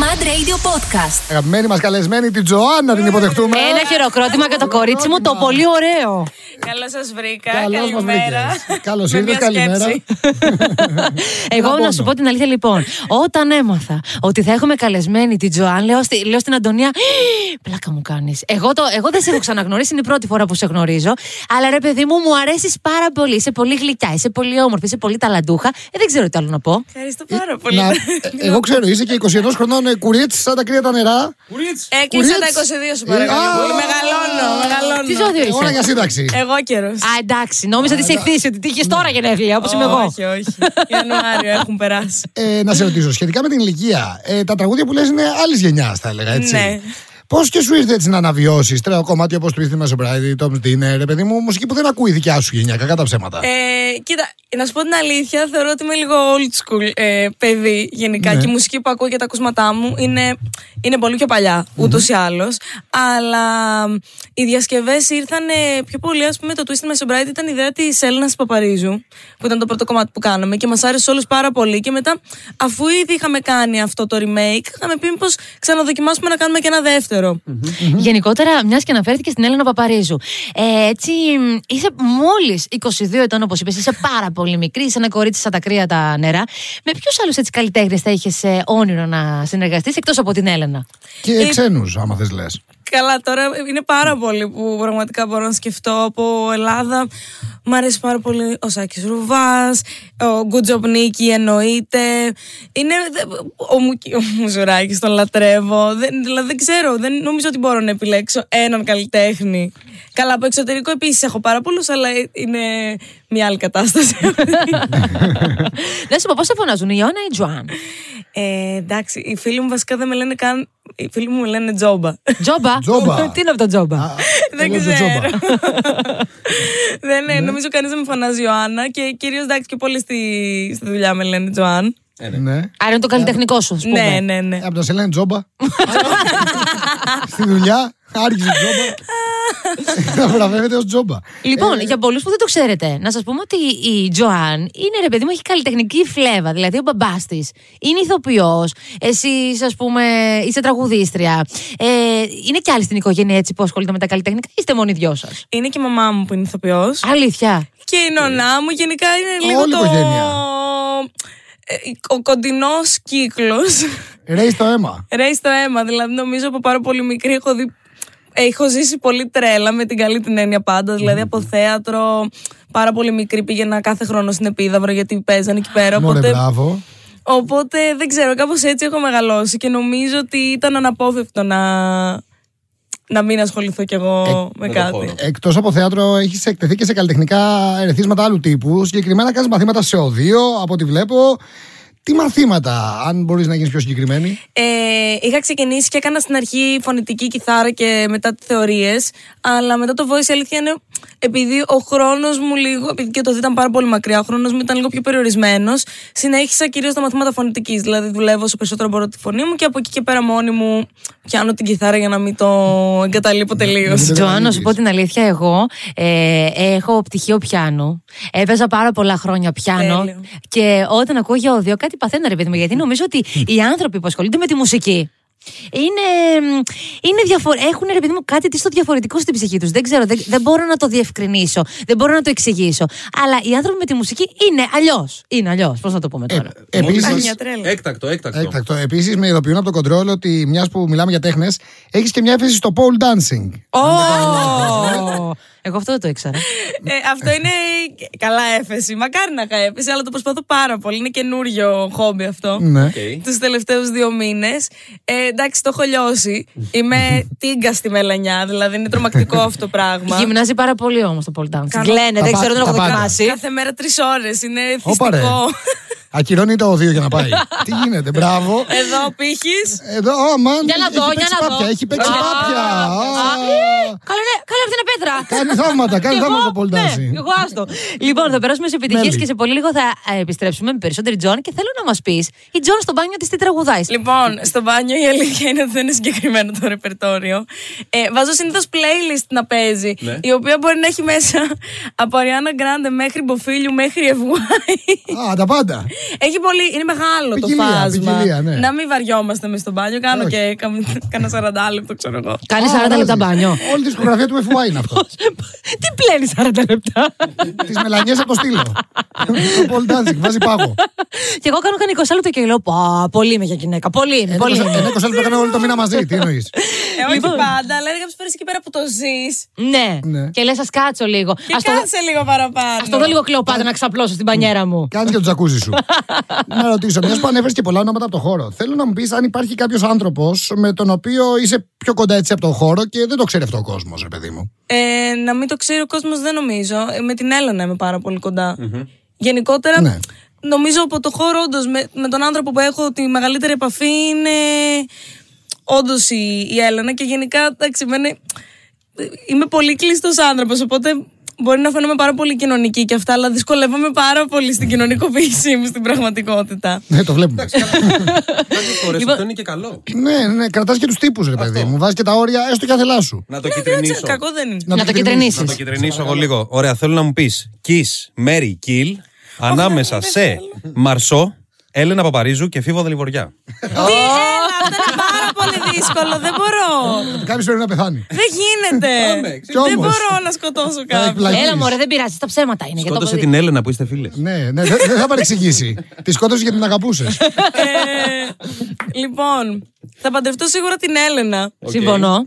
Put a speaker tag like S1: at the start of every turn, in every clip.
S1: Mad Radio Podcast.
S2: Αγαπημένη μα καλεσμένη, την Τζοάννα, την υποδεχτούμε.
S3: Ένα χειροκρότημα για το κορίτσι μου, το πολύ ωραίο.
S4: Καλώς σας βρήκα.
S2: Καλώς μας
S4: καλημέρα.
S2: βρήκες. Καλώς
S4: Με
S2: ήρθες,
S4: μια
S2: καλημέρα.
S4: σκέψη.
S3: Εγώ
S2: πόνο.
S3: να σου πω την αλήθεια, λοιπόν. Όταν έμαθα ότι θα έχουμε καλεσμένη την Τζοάν, λέω, στη- λέω στην Αντωνία, «Ε, πλάκα μου κάνεις. Εγώ, το- εγώ δεν σε έχω ξαναγνωρίσει, είναι η πρώτη φορά που σε γνωρίζω. Αλλά ρε, παιδί μου, μου αρέσεις πάρα πολύ. Είσαι πολύ γλυκιά, είσαι πολύ όμορφη, είσαι πολύ ταλαντούχα. Ε, δεν ξέρω τι άλλο να πω.
S4: Ευχαριστώ πάρα πολύ.
S2: Να- ε, εγώ ξέρω, είσαι και 21 χρονών ε, κουρίτσι, σαν τα κρύα τα νερά.
S4: Έκλεισα τα
S2: Ουρίτς.
S4: 22 σου παρακαλώ.
S2: Ε, α,
S4: πολύ. Μεγαλώνω,
S3: Τι
S4: μεγαλώνω.
S3: ζώδιο
S2: Ε, Όλα
S3: είσαι.
S2: για σύνταξη.
S4: Εγώ καιρός.
S3: Α, εντάξει, νόμιζα ότι σε εκθίσει, ότι τύχε τώρα γενέθλια, όπως είμαι εγώ.
S4: Όχι, όχι. Ιανουάριο έχουν περάσει.
S2: Ε, να σε ρωτήσω, σχετικά με την ηλικία, ε, τα τραγούδια που λες είναι άλλης γενιάς, θα έλεγα έτσι.
S4: Ναι.
S2: Πώς και σου ήρθε έτσι να αναβιώσεις τρέο κομμάτι όπως του ήρθε Σεμπράιντι, Τόμ Ντίνερ, ρε παιδί μου, μουσική που δεν ακούει η δικιά σου γενιά, κακά τα ψέματα.
S4: Ε, κοίτα, να σου πω την αλήθεια, θεωρώ ότι είμαι λίγο old school ε, παιδί γενικά και η μουσική που ακούω και τα ακούσματά μου είναι, είναι πολύ πιο παλιά, ούτως ή άλλως. Αλλά μ, οι διασκευές ήρθαν ε, πιο πολύ, ας πούμε, το Twisted My Sobriety ήταν ιδέα της Έλληνας Παπαρίζου, που ήταν το πρώτο κομμάτι που κάναμε και μας άρεσε όλους πάρα πολύ. Και μετά, αφού ήδη είχαμε κάνει αυτό το remake, είχαμε πει μήπως ξαναδοκιμάσουμε να κάνουμε και ένα δευτερο
S3: Mm-hmm. Γενικότερα, μιας και αναφέρθηκε στην Έλενα Παπαρίζου. Ε, έτσι, μ, είσαι μόλις 22 ετών, όπως είπες, είσαι πάρα πολύ μικρή, είσαι ένα κορίτσι σαν τα κρύα τα νερά. Με ποιους άλλους καλλιτέχνες θα είχες όνειρο να συνεργαστείς εκτός από την Έλενα.
S4: ε,
S2: και ξένους, άμα θες λες.
S4: Καλά, τώρα είναι πάρα πολλοί που πραγματικά μπορώ να σκεφτώ από Ελλάδα. Μ' αρέσει πάρα πολύ ο Σάκης Ρουβάς, ο Γκουτζοπ Νίκη εννοείται. Είναι δε- ο, Μουκι- ο Μουζουράκης, τον λατρεύω. Δεν, δηλαδή δεν ξέρω, δεν νομίζω ότι μπορώ να επιλέξω έναν καλλιτέχνη. Καλά, από εξωτερικό επίσης έχω πάρα πολλούς, αλλά ε, είναι μια άλλη κατάσταση.
S3: Να σου πω, πώς σε φωνάζουν, η Ιωάννα ή η Τζοάν.
S4: ε, εντάξει, οι φίλοι μου βασικά δεν με λένε καν... Οι φίλοι μου με λένε τζόμπα.
S3: Τζόμπα.
S2: Τζόμπα.
S3: Τι είναι αυτό το τζόμπα.
S4: Δεν ξέρω. δεν, ναι, νομίζω κανείς δεν με φωνάζει Ιωάννα και κυρίως εντάξει και πολύ στη, στη δουλειά με λένε Τζοάν.
S2: Ναι.
S3: Άρα είναι το καλλιτεχνικό σου, ας πούμε.
S4: Ναι, ναι, ναι.
S2: Ε, Από να σε λένε τζόμπα. Στη δουλειά, άρχισε τζόμπα. Να βραβεύεται ως τζόμπα.
S3: Λοιπόν, για πολλούς που δεν το ξέρετε, να σας πούμε ότι η Τζοάν είναι ρε παιδί μου, έχει καλλιτεχνική φλέβα. Δηλαδή, ο μπαμπάς της είναι ηθοποιός. Εσύ, ας πούμε, είσαι τραγουδίστρια. Ε, είναι κι άλλη στην οικογένεια έτσι που ασχολείται με τα καλλιτεχνικά. Είστε μόνοι δυο σας.
S4: Είναι και η μαμά μου που είναι ηθοποιός.
S3: Αλήθεια.
S4: Και η νονά μου γενικά είναι λίγο
S2: Όλη η
S4: το.
S2: οικογένεια.
S4: ε, Ο κοντινός κύκλος.
S2: Ρέει το αίμα.
S4: Ρέει στο αίμα. Δηλαδή, νομίζω από πάρα πολύ μικρή έχω δει. ε, Έχω ζήσει πολύ τρέλα με την καλή την έννοια πάντα. Δηλαδή από θέατρο. Πάρα πολύ μικρή πήγαινα κάθε χρόνο στην Επίδαυρο γιατί παίζανε εκεί πέρα.
S2: Μωρέ,
S4: Οπότε
S2: μπράβο.
S4: Οπότε δεν ξέρω, κάπως έτσι έχω μεγαλώσει και νομίζω ότι ήταν αναπόφευκτο να, να μην ασχοληθώ κι εγώ με κάτι.
S2: Εκτός από θέατρο, έχεις εκτεθεί και σε καλλιτεχνικά ερεθίσματα άλλου τύπου. Συγκεκριμένα, κάνεις μαθήματα σε οδείο, από ό,τι βλέπω. Τι μαθήματα, αν μπορείς να γίνεις πιο συγκεκριμένη.
S4: Ε, είχα ξεκινήσει και έκανα στην αρχή φωνητική κιθάρα και μετά τις θεωρίες. Αλλά μετά το voice η αλήθεια είναι επειδή ο χρόνος μου λίγο. Επειδή και το δει ήταν πάρα πολύ μακριά, ο χρόνος μου ήταν λίγο πιο περιορισμένος. Συνέχισα κυρίως τα μαθήματα φωνητικής. Δηλαδή δουλεύω όσο περισσότερο μπορώ τη φωνή μου και από εκεί και πέρα μόνη μου πιάνω την κιθάρα για να μην το εγκαταλείπω τελείω.
S2: Δεν
S3: Τζοάν, να
S2: ανοίγεις.
S3: σου πω την αλήθεια, εγώ ε, έχω πτυχίο πιάνου. Έπαιζα πάρα πολλά χρόνια πιάνο.
S4: Τέλειο.
S3: Και όταν ακούω για οδείο, κάτι παθαίνω, ρε παιδί μου, γιατί νομίζω ότι οι άνθρωποι που ασχολούνται με τη μουσική. Είναι, μ, είναι διαφο- έχουν ρε παιδί μου κάτι τι στο διαφορετικό στην ψυχή τους. Δεν ξέρω, δεν, δεν μπορώ να το διευκρινίσω, δεν μπορώ να το εξηγήσω. Αλλά οι άνθρωποι με τη μουσική είναι αλλιώς. Είναι αλλιώς. Πώς να το πούμε τώρα.
S4: Ε,
S2: Επίσης,
S4: Μια τρέλα.
S5: Έκτακτο, έκτακτο.
S2: Έκτακτο. Επίσης, με ειδοποιούν από το κοντρόλ ότι μιας που μιλάμε για τέχνες, έχεις και μια έφεση στο pole dancing.
S3: Ω, Εγώ αυτό δεν το ήξερα.
S4: Ε, αυτό είναι καλά έφεση. Μακάρι να είχα έφεση, αλλά το προσπαθώ πάρα πολύ. Είναι καινούριο χόμπι αυτό.
S2: Ναι.
S5: Οκ.
S4: Τους τελευταίους δύο μήνες. Ε, εντάξει, το έχω λιώσει. Είμαι τίγκα στη μελανιά, δηλαδή είναι τρομακτικό αυτό το πράγμα.
S3: Γυμνάζει πάρα πολύ όμως το pole dancing.
S4: Κάνω-
S3: Λένε,
S2: Τα
S3: δεν
S2: πά-
S3: ξέρω, δεν
S2: τα
S3: έχω
S2: πάντα.
S3: δοκιμάσει.
S4: Κάθε μέρα τρεις ώρες. Είναι
S2: Όπα ρε.
S4: θυστικό.
S2: Ακυρώνει το οδείο για να πάει. Τι γίνεται, μπράβο.
S4: Εδώ πήχης.
S2: Εδώ, α, μαν,
S3: Για να
S2: έχει
S3: δω,
S2: παίξει
S3: για να δω.
S2: πάπια, Έχει παίξει
S3: Α,
S2: πάπια. Α,
S3: Καλά, ναι, καλά αυτή είναι πέτρα.
S2: Κάνει θαύματα, κάνει
S3: Εγώ,
S2: θαύματα το pole
S3: ναι,
S2: dancing.
S3: Εγώ άστο. λοιπόν, θα περάσουμε σε επιτυχίες
S2: Μέλη.
S3: και σε πολύ λίγο θα ε, επιστρέψουμε με περισσότερη Τζον και θέλω να μας πεις η Τζον στο μπάνιο της τι τραγουδάει.
S4: Λοιπόν, στο μπάνιο η αλήθεια είναι ότι δεν είναι συγκεκριμένο το ρεπερτόριο. Ε, βάζω συνήθως playlist να παίζει,
S5: Ναι.
S4: η οποία μπορεί να έχει μέσα από Ariana Grande μέχρι Μποφίλιου μέχρι Ευγουάη.
S2: Α, τα πάντα.
S4: Έχει πολύ, είναι μεγάλο
S2: Ποικιλία,
S4: το φάσμα.
S2: ποικιλία, ναι.
S4: Να μην βαριόμαστε με στο μπάνιο. Κάνω
S2: Όχι.
S4: και καμ- κάνα 40 λεπτό, ξέρω εγώ.
S3: Κάνει 40
S2: Α,
S3: λεπτά
S2: αλλάζει.
S3: μπάνιο.
S2: Όλη τη δισκογραφία του FY είναι αυτό.
S3: Τι πλένεις 40 λεπτά.
S2: Τη μελανιές από το στήλο. Το Πολ Ντάντζικ, βάζει πάγο.
S3: και εγώ κάνω κανένα 20 λεπτό και λέω Πα, πολύ είμαι για γυναίκα. Πολύ
S2: Ε,
S3: είμαι. Πολύ είμαι».
S2: Ένα 20 λεπτό έκανε όλο το μήνα μαζί. Τι εννοείς.
S4: Ε, όχι πάντα, αλλά κάποιε φορές εκεί πέρα που το ζεις.
S3: Ναι.
S2: Ναι.
S3: Και λες, ας κάτσω λίγο.
S4: Και
S3: Ας το,
S4: κάτσε ναι. λίγο παραπάνω.
S3: ας το δω λίγο κλεοπάτα να ξαπλώσω στην πανιέρα μου.
S2: Κάνεις και το τζακούζι σου. να ρωτήσω, μιας που ανέφερες και πολλά ονόματα από το χώρο. Θέλω να μου πεις αν υπάρχει κάποιος άνθρωπος με τον οποίο είσαι πιο κοντά έτσι από το χώρο και δεν το ξέρει αυτό ο κόσμος, ρε παιδί μου.
S4: Ε, να μην το ξέρει ο κόσμος, δεν νομίζω. Ε, με την Έλενα είμαι πάρα πολύ κοντά. Γενικότερα,
S2: Ναι.
S4: νομίζω από το χώρο, όντως, με, με τον άνθρωπο που έχω τη μεγαλύτερη επαφή είναι όντως η, η Έλενα. Και γενικά, εντάξει, με είναι- είμαι πολύ κλειστός άνθρωπος. Οπότε μπορεί να φαίνομαι πάρα πολύ κοινωνική και αυτά, αλλά δυσκολεύομαι πάρα πολύ στην κοινωνικοποίησή μου στην πραγματικότητα.
S2: Ναι, το βλέπουμε.
S5: Κάποιες φορές αυτό είναι και καλό.
S2: ναι, ναι, κρατάς και τους τύπους, ρε παιδί μου. Βάζεις και τα όρια έστω και αθελά σου.
S5: Να το
S4: Δεν ξέρω,
S5: κυτρινίσω.
S4: κακό δεν είναι.
S3: Να το
S5: Να
S3: κεντρενίσει.
S5: το κυτρινίσω εγώ λίγο. Ωραία, θέλω να μου πεις. Kiss, Mary, Kill ανάμεσα σε Μαρσό, Έλενα Παπαρίζου και Φίβο Δελιβοριά.
S4: Τι, έλα, αυτό είναι πάρα πολύ δύσκολο. Δεν μπορώ.
S2: Κάποιος πρέπει να πεθάνει.
S4: Δεν γίνεται.
S2: Κι όμως.
S4: δεν μπορώ να σκοτώσω
S2: Θα
S4: κάποιον.
S2: εκπλαγείς.
S3: Ε, Έλα, μωρέ, δεν πειράζει. Τα ψέματα είναι. για το
S5: Σκότωσε
S3: παιδί.
S5: την Έλενα που είστε φίλες.
S2: Ναι, ναι, δεν δεν θα παρεξηγήσει. τη σκότωσε γιατί την αγαπούσες.
S4: Ε, λοιπόν, θα παντρευτώ σίγουρα την Έλενα.
S3: Συμφωνώ.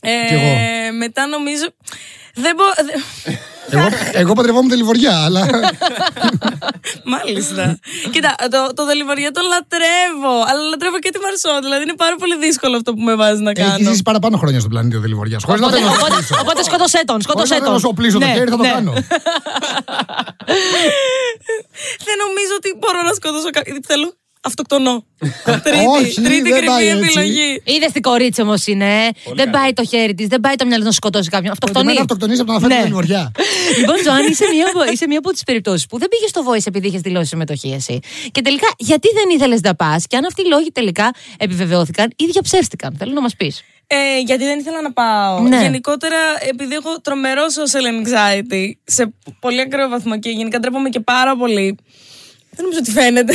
S4: Ε,
S2: Κι εγώ.
S4: Μετά νομίζω. Δεν μπο- δε-
S2: εγώ, εγώ παντρευόμουν τη Λιβωριά, αλλά.
S4: Μάλιστα. Κοίτα, το, το δελιβαριά τον λατρεύω. Αλλά λατρεύω και τη Μαρσό. Δηλαδή είναι πάρα πολύ δύσκολο αυτό που με βάζεις να
S2: Έχεις
S4: κάνω.
S2: ζήσει παραπάνω χρόνια στον πλανήτη ο Δελιβοριάς. Χωρίς να
S3: Οπότε,
S2: θέλω να
S3: οπότε,
S2: σου
S3: οπότε σκότωσέ τον. Σκότωσέ
S2: να
S3: τον.
S2: σου οπλίσω το
S3: Ναι,
S2: χέρι, θα το
S3: ναι.
S2: κάνω.
S4: Δεν νομίζω ότι μπορώ να σκοτώσω κάποιον. Θέλω αυτοκτονώ. τρίτη
S2: Όχι,
S4: τρίτη
S2: δεν πάει
S4: κρυφή
S2: έτσι.
S4: επιλογή.
S3: Είδες τι κορίτσι όμως είναι. δεν πάει το χέρι της, δεν πάει το μυαλό της να σκοτώσει κάποιον. Αυτοκτονεί.
S2: Προτιμένα αυτοκτονείς από Ε, το να φέρει
S3: Ναι.
S2: τη Λιβωριά.
S3: Λοιπόν, Ζωάννη, είσαι μία, από- είσαι μία από τις περιπτώσεις που δεν πήγες στο voice επειδή είχες δηλώσει συμμετοχή εσύ. Και τελικά, γιατί δεν ήθελες να πας, και αν αυτοί οι λόγοι τελικά επιβεβαιώθηκαν ή διαψεύστηκαν. Θέλω να μας πεις.
S4: Ε, γιατί δεν ήθελα να πάω.
S3: Ναι.
S4: Γενικότερα, επειδή έχω τρομερό social anxiety σε πολύ ακραίο βαθμό και γενικά ντρέπομαι και πάρα πολύ. Δεν νομίζω ότι φαίνεται.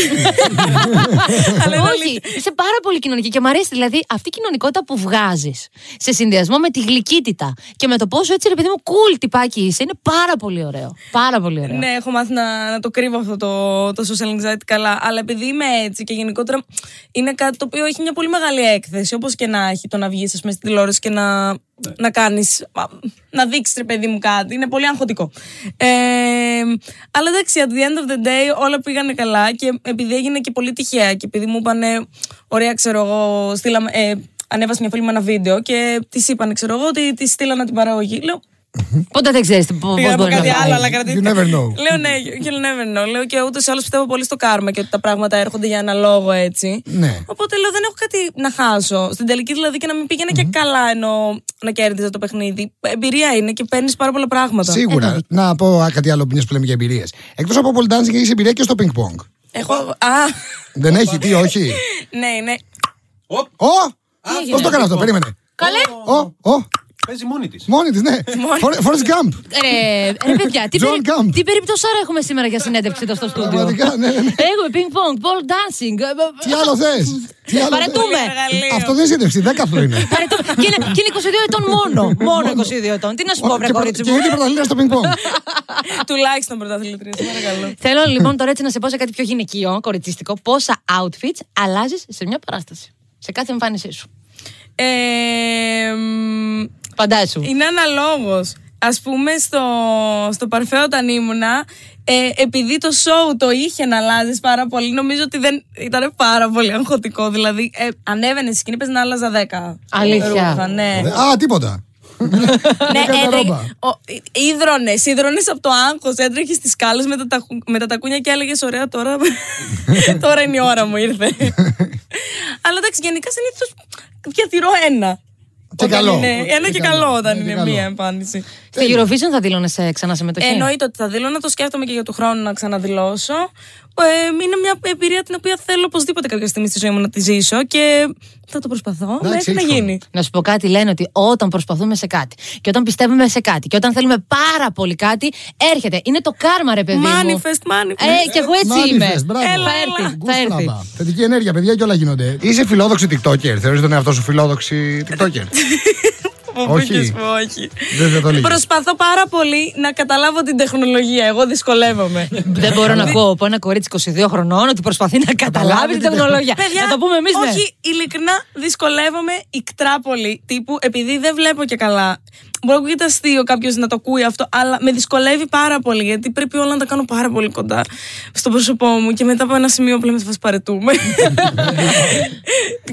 S4: Αλλά είναι
S3: Όχι,
S4: αλήθεια.
S3: είσαι πάρα πολύ κοινωνική και μου αρέσει δηλαδή αυτή η κοινωνικότητα που βγάζεις σε συνδυασμό με τη γλυκύτητα και με το πόσο έτσι ρε παιδί μου cool τυπάκι είσαι. Είναι πάρα πολύ ωραίο. Πάρα πολύ ωραίο.
S4: Ναι, έχω μάθει να, να το κρύβω αυτό το, το social anxiety καλά. Αλλά επειδή είμαι έτσι και γενικότερα είναι κάτι το οποίο έχει μια πολύ μεγάλη έκθεση. Όπως και να έχει το να βγεις, ας πούμε, στην τηλεόραση και να, να κάνεις. να δείξεις ρε παιδί μου κάτι. Είναι πολύ αγχωτικό. Ε, αλλά εντάξει, at the end of the day όλα πήγανε καλά και επειδή έγινε και πολύ τυχαία και επειδή μου είπανε, ωραία, ξέρω εγώ, στείλαμε. Ε, Ανέβασε μια φίλη μου ένα βίντεο και της είπαν, ξέρω εγώ, ότι τη στείλανε την παραγωγή. Λέω,
S3: Ποτέ δεν ξέρεις πώς
S4: Πήγα να πω
S3: μπορεί να
S4: κάτι άλλο,
S3: πάει.
S4: αλλά κρατήθηκα.
S2: You never know.
S4: Λέω ναι, you'll never know. Λέω και ούτως ή άλλως πιστεύω πολύ στο κάρμα και ότι τα πράγματα έρχονται για ένα λόγο έτσι.
S2: Ναι.
S4: Οπότε λέω δεν έχω κάτι να χάσω. Στην τελική δηλαδή και να μην πήγαινε και καλά ενώ να κέρδιζα το παιχνίδι. Εμπειρία είναι και παίρνεις πάρα πολλά πράγματα.
S2: Σίγουρα. Να πω α, κάτι άλλο μιας που λέμε για εμπειρίες. Εκτός από πολύ dancing, έχεις εμπειρία και στο ping pong.
S4: Έχω. Α,
S2: Δεν έχει, τι, όχι.
S4: ναι, ναι.
S2: Ω! Πώς το έκανα αυτό, περίμενε.
S3: Καλέ.
S2: Ω, ω,
S5: Παίζει μόνη της.
S2: μόνη της, ναι. Forrest Gump.
S3: Ρε, ρε παιδιά, τι,
S2: John
S3: περι...
S2: Gump.
S3: τι περιπτώσει άρα έχουμε σήμερα για συνέντευξη εδώ στο στούντιο.
S2: Πραγματικά, ναι, ναι, ναι.
S3: Έχουμε ping pong, ball dancing. ε, ε,
S2: Τι άλλο θες. Τι άλλο θες. Ε,
S3: Παρετούμε.
S4: Εργαλείο.
S2: Αυτό δεν είναι σύντευξη, δέκαθλο είναι.
S3: παρετώ. και, είναι, και είναι 22 ετών μόνο. μόνο 22 ετών. Τι να σου πω, βρε
S2: Και πρω-
S3: κορίτσι
S2: Και
S3: μου.
S2: είναι πρωταθλήτρια στο ping pong.
S4: Τουλάχιστον πρωταθλητρία, σε παρακαλώ.
S3: Θέλω λοιπόν τώρα έτσι να σε πω σε κάτι πιο γυναικείο, κοριτσιστικό. Πόσα outfits αλλάζεις σε μια παράσταση. Σε κάθε εμφάνισή σου.
S4: Ε, μ,
S3: Φαντάσου.
S4: Είναι αναλόγως. Ας πούμε, στο, στο παρφέ όταν ήμουνα, ε, επειδή το σοου το είχε να αλλάζεις πάρα πολύ, νομίζω ότι δεν, ήταν πάρα πολύ αγχωτικό. Δηλαδή, ε, ανέβαινε στι σκηνή, πες να άλλαζα 10.
S3: Αλήθεια.
S4: Ρούχα, ναι.
S2: Ε, Α, τίποτα.
S4: ναι,
S2: έκανε
S4: έτρε-
S2: ρόμπα.
S4: ο- ε, ίδρωνες, ίδρωνες από το άγχος, έτρεχες στις σκάλες με τα, ταχου- με τα τακούνια και έλεγες ωραία τώρα, τώρα είναι η ώρα μου ήρθε. Αλλά εντάξει, γενικά συνήθως διατηρώ ένα.
S2: Και
S4: Όταν
S2: καλό.
S4: είναι- ένα και καλό όταν
S2: Ναι, και
S4: είναι
S2: καλό.
S4: μία εμφάνιση. Ε,
S3: Στη Eurovision θα δήλωνε ξανά συμμετοχή.
S4: Εννοείται ότι θα δηλώνω, το σκέφτομαι και για του χρόνου να ξαναδηλώσω. ε, είναι μια εμπειρία την οποία θέλω οπωσδήποτε κάποια στιγμή στη ζωή μου να τη ζήσω και θα το προσπαθώ
S2: Εντάξει,
S4: μέχρι να
S2: έχεις χρόνο.
S4: γίνει.
S3: Να σου πω κάτι, λένε ότι όταν προσπαθούμε σε κάτι και όταν πιστεύουμε σε κάτι και όταν θέλουμε πάρα πολύ κάτι, έρχεται. Είναι το κάρμα, ρε παιδί μου.
S4: Manifest, manifest.
S3: Ε, κι εγώ έτσι
S2: Manifest,
S3: είμαι.
S2: μπράβο.
S3: Έλα,
S4: Έλα,
S3: θα έρθει.
S2: Γκου
S3: Θα έρθει.
S2: στραβά. Θετική ενέργεια, παιδιά, και όλα γίνονται. Είσαι φιλόδοξη TikToker. Θεωρείς τον εαυτό σου φιλόδοξη TikToker.
S4: Μου
S2: Όχι.
S4: πήγες που όχι.
S2: Δεν θα το λύγεις.
S4: Προσπαθώ πάρα πολύ να καταλάβω την τεχνολογία. Εγώ δυσκολεύομαι.
S3: Δεν μπορώ
S4: Ε,
S3: να ακούω από ένα κορίτσι 22 χρονών ότι προσπαθεί να καταλάβει
S2: Καταλάβει
S3: την
S2: την
S3: τεχνολογία.
S4: Παιδιά,
S3: Να το πούμε εμείς, ναι.
S4: Όχι, ειλικρινά δυσκολεύομαι ικτρά πολύ. Τύπου, επειδή δεν βλέπω και καλά. Μπορεί να ακούγεται αστείο κάποιος να το ακούει αυτό, αλλά με δυσκολεύει πάρα πολύ. Γιατί πρέπει όλα να τα κάνω πάρα πολύ κοντά στο πρόσωπό μου και μετά από ένα σημείο που λέμε θα παρετούμε.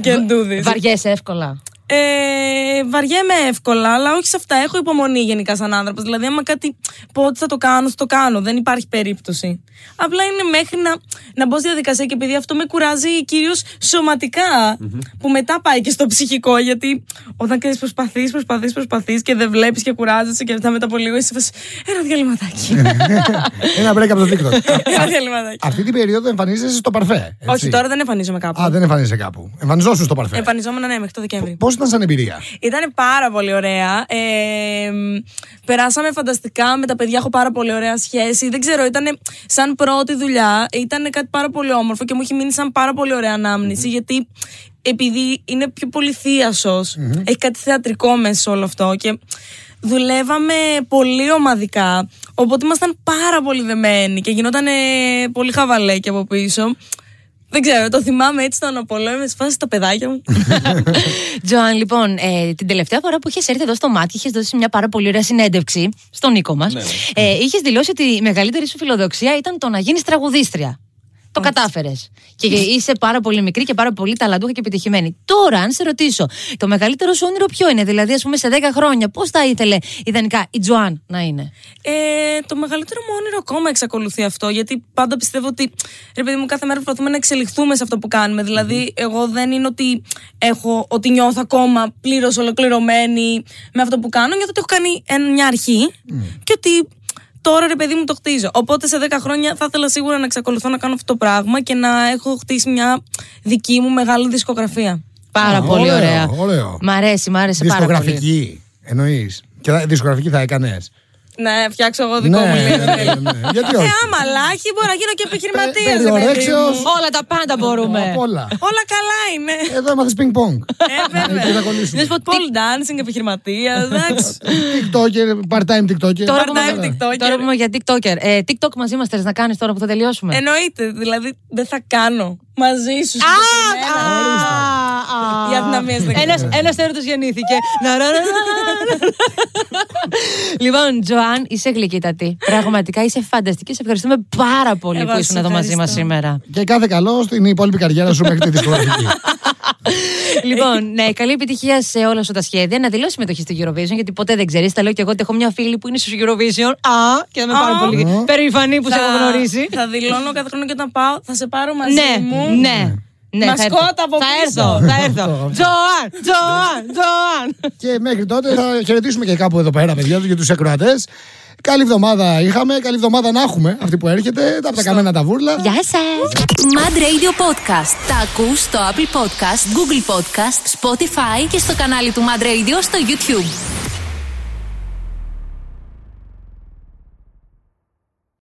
S4: Can't do this.
S3: Βαριέσαι εύκολα.
S4: Ε, βαριέμαι εύκολα, αλλά όχι σε αυτά. Έχω υπομονή γενικά σαν άνθρωπος. Δηλαδή, άμα κάτι πω ότι θα το κάνω, θα το κάνω. Δεν υπάρχει περίπτωση. Απλά είναι μέχρι να, να μπω στη διαδικασία και επειδή αυτό με κουράζει κυρίως που μετά πάει και στο ψυχικό. Γιατί όταν κάνει προσπαθείς, προσπαθείς, προσπαθείς και δεν βλέπεις και κουράζεσαι και μετά μετά από λίγο είσαι σε φάση, Ένα διαλυματάκι.
S2: Ένα break από το TikTok.
S4: Ένα διαλυματάκι.
S2: Αυτή την περίοδο εμφανίζεσαι στο παρφέ. έτσι.
S4: όχι, τώρα δεν εμφανίζομαι κάπου.
S2: Α, δεν εμφανίζεσαι κάπου. Εμφανιζόσουν στο παρφέ.
S4: Εμφανιζόμουν, ναι, μέχρι το Δεκέμβρη.
S2: Πώ ήταν σαν εμπειρία.
S4: Ήταν πάρα πολύ ωραία. Ε, μ, περάσαμε φανταστικά με τα παιδιά. Έχω πάρα πολύ ωραία σχέση. Δεν ξέρω, ήταν σαν πρώτη δουλειά. Ήταν κάτι πάρα πολύ όμορφο και μου έχει μείνει σαν πάρα πολύ ωραία ανάμνηση, Γιατί επειδή είναι πιο πολύ θείασος, έχει κάτι θεατρικό μέσα σε όλο αυτό. Και δουλεύαμε πολύ ομαδικά. Οπότε ήμασταν πάρα πολύ δεμένοι και γινόταν ε, πολύ χαβαλέκι από πίσω. Δεν ξέρω, το θυμάμαι έτσι τον Απολό. Είμαι σε φάση τα παιδάκια μου.
S3: Τζοάν, λοιπόν, ε, την τελευταία φορά που είχες έρθει εδώ στο ΜΑΤ, είχες δώσει μια πάρα πολύ ωραία συνέντευξη στον Νίκο μας. Ε, είχες δηλώσει ότι η μεγαλύτερη σου φιλοδοξία ήταν το να γίνεις τραγουδίστρια. Το κατάφερες. Και είσαι πάρα πολύ μικρή και πάρα πολύ ταλαντούχα και επιτυχημένη. Τώρα, αν σε ρωτήσω, το μεγαλύτερο σου όνειρο ποιο είναι, δηλαδή, ας πούμε, σε 10 χρόνια, πώς θα ήθελε ιδανικά η Τζοάν να είναι.
S4: Ε, το μεγαλύτερο μου όνειρο ακόμα εξακολουθεί αυτό. Γιατί πάντα πιστεύω ότι. Ρε παιδί μου, κάθε μέρα προσπαθούμε να εξελιχθούμε σε αυτό που κάνουμε. Δηλαδή, εγώ δεν είναι ότι, έχω, ότι νιώθω ακόμα πλήρως ολοκληρωμένη με αυτό που κάνω. Νιώθω ότι έχω κάνει εν- μια αρχή και ότι τώρα ρε παιδί μου το χτίζω. Οπότε σε 10 χρόνια θα ήθελα σίγουρα να εξακολουθώ να κάνω αυτό το πράγμα και να έχω χτίσει μια δική μου μεγάλη δισκογραφία.
S3: Πάρα
S2: Α,
S3: πολύ
S2: ωραίο,
S3: ωραία.
S2: ωραίο.
S3: Μ' αρέσει, μ' άρεσε πάρα πολύ.
S2: Δισκογραφική. Εννοείς. Και θα- δισκογραφική θα έκανες.
S4: Να φτιάξω εγώ δικό μου
S2: ναι, ναι,
S4: λίγο.
S2: ναι. Γιατί
S4: Ε,
S2: όχι. Ε,
S4: άμα λάχη, μπορώ να γίνω και
S2: Πε-
S4: επιχειρηματία.
S2: περιορέξεως.
S3: Όλα τα πάντα μπορούμε.
S2: Απ' όλα.
S4: Όλα καλά είναι.
S2: Εδώ έμαθε πινκ πονγκ.
S4: Ε, βέβαια.
S2: Εκεί θα κολλήσουμε.
S4: Πολ dancing, επιχειρηματία, εντάξει.
S3: Ναι.
S2: TikToker, part-time TikToker.
S3: Τώρα που,
S4: Part-time
S3: είμαι,
S4: TikToker.
S3: τώρα που είμαι για TikToker. Ε, TikTok μαζί μας θες να κάνεις τώρα που θα τελειώσουμε.
S4: Εννοείται, δηλαδή δεν θα κάνω μαζί σου.
S3: Ε,
S4: συγκεκριμένα. Οι αδυναμίες δεν ξέρουν.
S3: Ένα έρωτο γεννήθηκε. Να, ρα, ρα, ρα, ρα. Λοιπόν, Τζοάν, είσαι γλυκύτατη. Πραγματικά είσαι φανταστική. Σε ευχαριστούμε πάρα πολύ
S4: Εγώ
S3: που
S4: σας
S3: ήσουν εδώ μαζί μας
S4: ευχαριστώ.
S3: σήμερα.
S2: Και κάθε καλό στην υπόλοιπη καριέρα σου μέχρι τη δισκογραφική.
S3: λοιπόν, ναι, καλή επιτυχία σε όλα σου τα σχέδια. Να δηλώσει συμμετοχή στο Eurovision, γιατί ποτέ δεν ξέρεις. Τα λέω και εγώ ότι έχω μια φίλη που είναι στο Eurovision. Α, και είμαι πάρα
S4: Α.
S3: πολύ περήφανη που σε έχω γνωρίσει.
S4: Θα δηλώνω κάθε χρόνο και όταν πάω, θα σε πάρω μαζί
S3: Ναι,
S4: μου.
S3: ναι. Ναι, θα έρθω.
S4: Μασκότα από
S3: θα
S4: πίσω.
S3: έρθω, θα έρθω. Τζοάν, Τζοάν, Τζοάν.
S2: και μέχρι τότε θα χαιρετήσουμε και κάπου εδώ πέρα, παιδιά, για τους ακροατές. Καλή εβδομάδα είχαμε, καλή εβδομάδα να έχουμε αυτή που έρχεται. Τα από τα καμένα τα βούρλα.
S3: Γεια σας.
S1: Mad Radio Podcast. Τα ακούς στο Apple Podcast, Google Podcast, Spotify και στο κανάλι του Mad Radio στο YouTube.